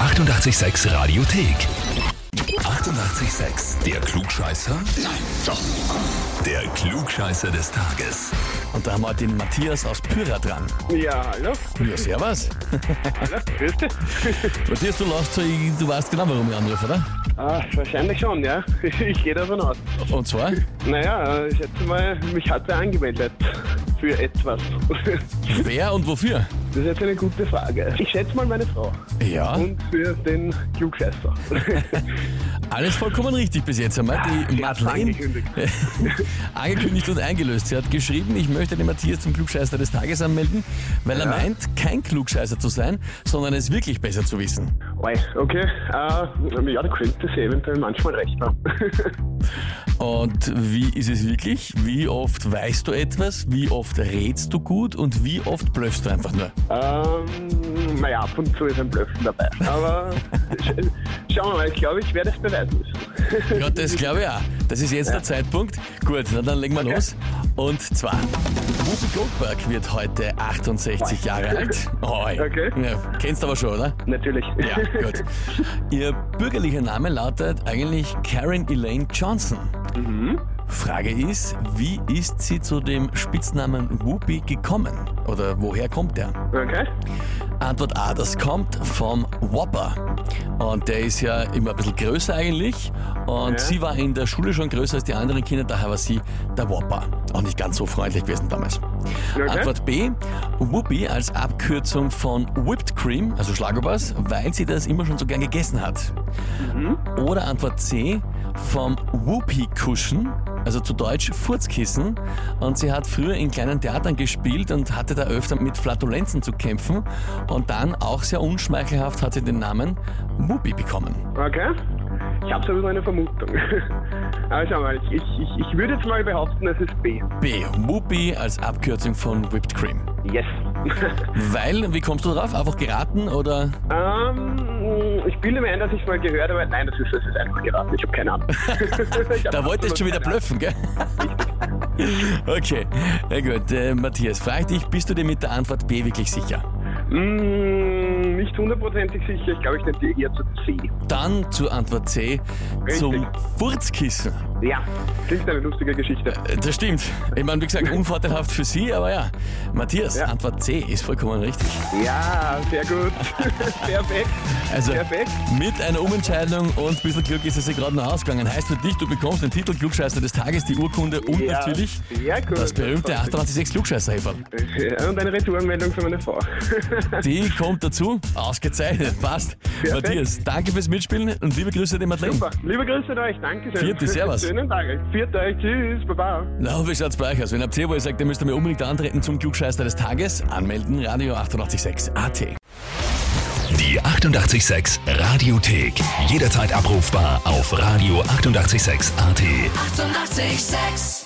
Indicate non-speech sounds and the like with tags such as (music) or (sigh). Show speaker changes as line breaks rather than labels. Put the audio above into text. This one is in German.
886 Radiothek. 88,6. Der Klugscheißer? Nein, doch. Der Klugscheißer des Tages.
Und da haben wir den Matthias aus Pyra dran.
Ja, hallo.
Ja, servus.
Hallo, grüß dich.
Matthias, du laufst so, ich- du weißt genau, warum ich anrufe, oder?
Ah, wahrscheinlich schon, ja. (laughs) Ich gehe davon aus.
Und zwar?
Naja, äh, ich schätze mal, mich hat er angemeldet. Für etwas. (laughs)
Wer und wofür?
Das ist jetzt eine gute Frage. Ich schätze mal meine Frau.
Ja,
Und für den (laughs) Klugscheißer.
alles vollkommen richtig bis jetzt einmal. Die
sie hat's
Madeleine
angekündigt.
(laughs) angekündigt und eingelöst. Sie hat geschrieben, ich möchte den Matthias zum Klugscheißer des Tages anmelden, weil er meint, kein Klugscheißer zu sein, sondern es wirklich besser zu wissen.
Oi, okay. Äh, ja, da könnte sie eventuell manchmal recht haben. (laughs)
Und wie ist es wirklich? Wie oft weißt du etwas? Wie oft rätst du gut? Und wie oft blöffst du einfach nur?
ähm, naja, ab und zu ist ein Blöffen dabei. (laughs) Aber sch schauen wir mal, ich glaube, ich werde es beweisen müssen.
Ja, das glaube ich auch. Das ist jetzt der Zeitpunkt. Gut, na, dann legen wir los. Und zwar, Whoopi Goldberg wird heute 68 Jahre alt. Oi.
Okay.
Ja, kennst aber schon, oder?
(laughs) Natürlich.
Ja, gut. Ihr bürgerlicher Name lautet eigentlich Karen Elaine Johnson. Frage ist, wie ist sie zu dem Spitznamen Whoopi gekommen? Oder woher kommt der?
Okay.
Antwort A, das kommt vom Whopper. Und der ist ja immer ein bisschen größer eigentlich. Und
Ja.
sie war in der Schule schon größer als die anderen Kinder, daher war sie der Whopper. Auch nicht ganz so freundlich gewesen damals.
Okay.
Antwort B, Whoopi als Abkürzung von Whipped Cream, also Schlagobers, weil sie das immer schon so gern gegessen hat. Oder Antwort C, vom Whoopi-Cushion, also zu Deutsch Furzkissen. Und sie hat früher in kleinen Theatern gespielt und hatte da öfter mit Flatulenzen zu kämpfen. Und dann, auch sehr unschmeichelhaft, hat sie den Namen Whoopi bekommen.
Okay. Ich habe sowieso eine Vermutung. (laughs) Aber schau mal, ich, ich, ich würde jetzt mal behaupten, es ist B.
B, Whoopi als Abkürzung von Whipped Cream.
Yes.
Weil, wie kommst du drauf? Einfach geraten oder?
(laughs) ähm, ich bilde mir ein, dass ich es mal gehört habe. Nein, das ist, das ist einfach geraten. Ich habe keine
(laughs)
Ahnung. (laughs) Ich hab
Da wolltest du schon wieder
absolut
blöffen,
(laughs)
gell? Okay, na gut. Äh, Matthias, frag ich dich, bist du dir mit der Antwort B wirklich sicher?
keine Ahnung. Mm, nicht hundertprozentig sicher. Ich glaube, ich nehme die eher zu C.
Dann zur Antwort C, zum
Richtig.
Furzkissen.
Ja. Klingt eine lustige Geschichte.
Äh, Das stimmt. Ich meine, wie
(laughs)
gesagt, unvorteilhaft für Sie, aber ja. Matthias,
Ja.
Antwort C ist vollkommen richtig.
Ja, Ah, sehr gut.
(laughs)
Perfekt.
Also
Perfekt.
mit einer Umentscheidung und ein bisschen Glück ist es dir gerade noch ausgegangen. Heißt für dich, du bekommst den Titel Klugscheißer des Tages, die Urkunde und
Ja,
natürlich
sehr gut.
das berühmte
Das war's.
886 Klugscheißer-Häferl.
Und eine Retouranmeldung für meine Frau. (laughs)
Die kommt dazu. Ausgezeichnet. Passt. Matthias, danke fürs Mitspielen und liebe Grüße an die Madeleine.
Super. Liebe Grüße an euch. Dankeschön.
Vierte, servus.
Schönen Tag. euch. Vierte euch. Tschüss. Baba.
Na, wie schaut's bei euch aus? Wenn habt ihr, wo ihr sagt, ihr müsst mir unbedingt antreten zum Klugscheißer des Tages, anmelden, Radio 886 AT.
Die 88,6 Radiothek. Jederzeit abrufbar auf radio886.at. 88,6.
Eighty-eight, sex.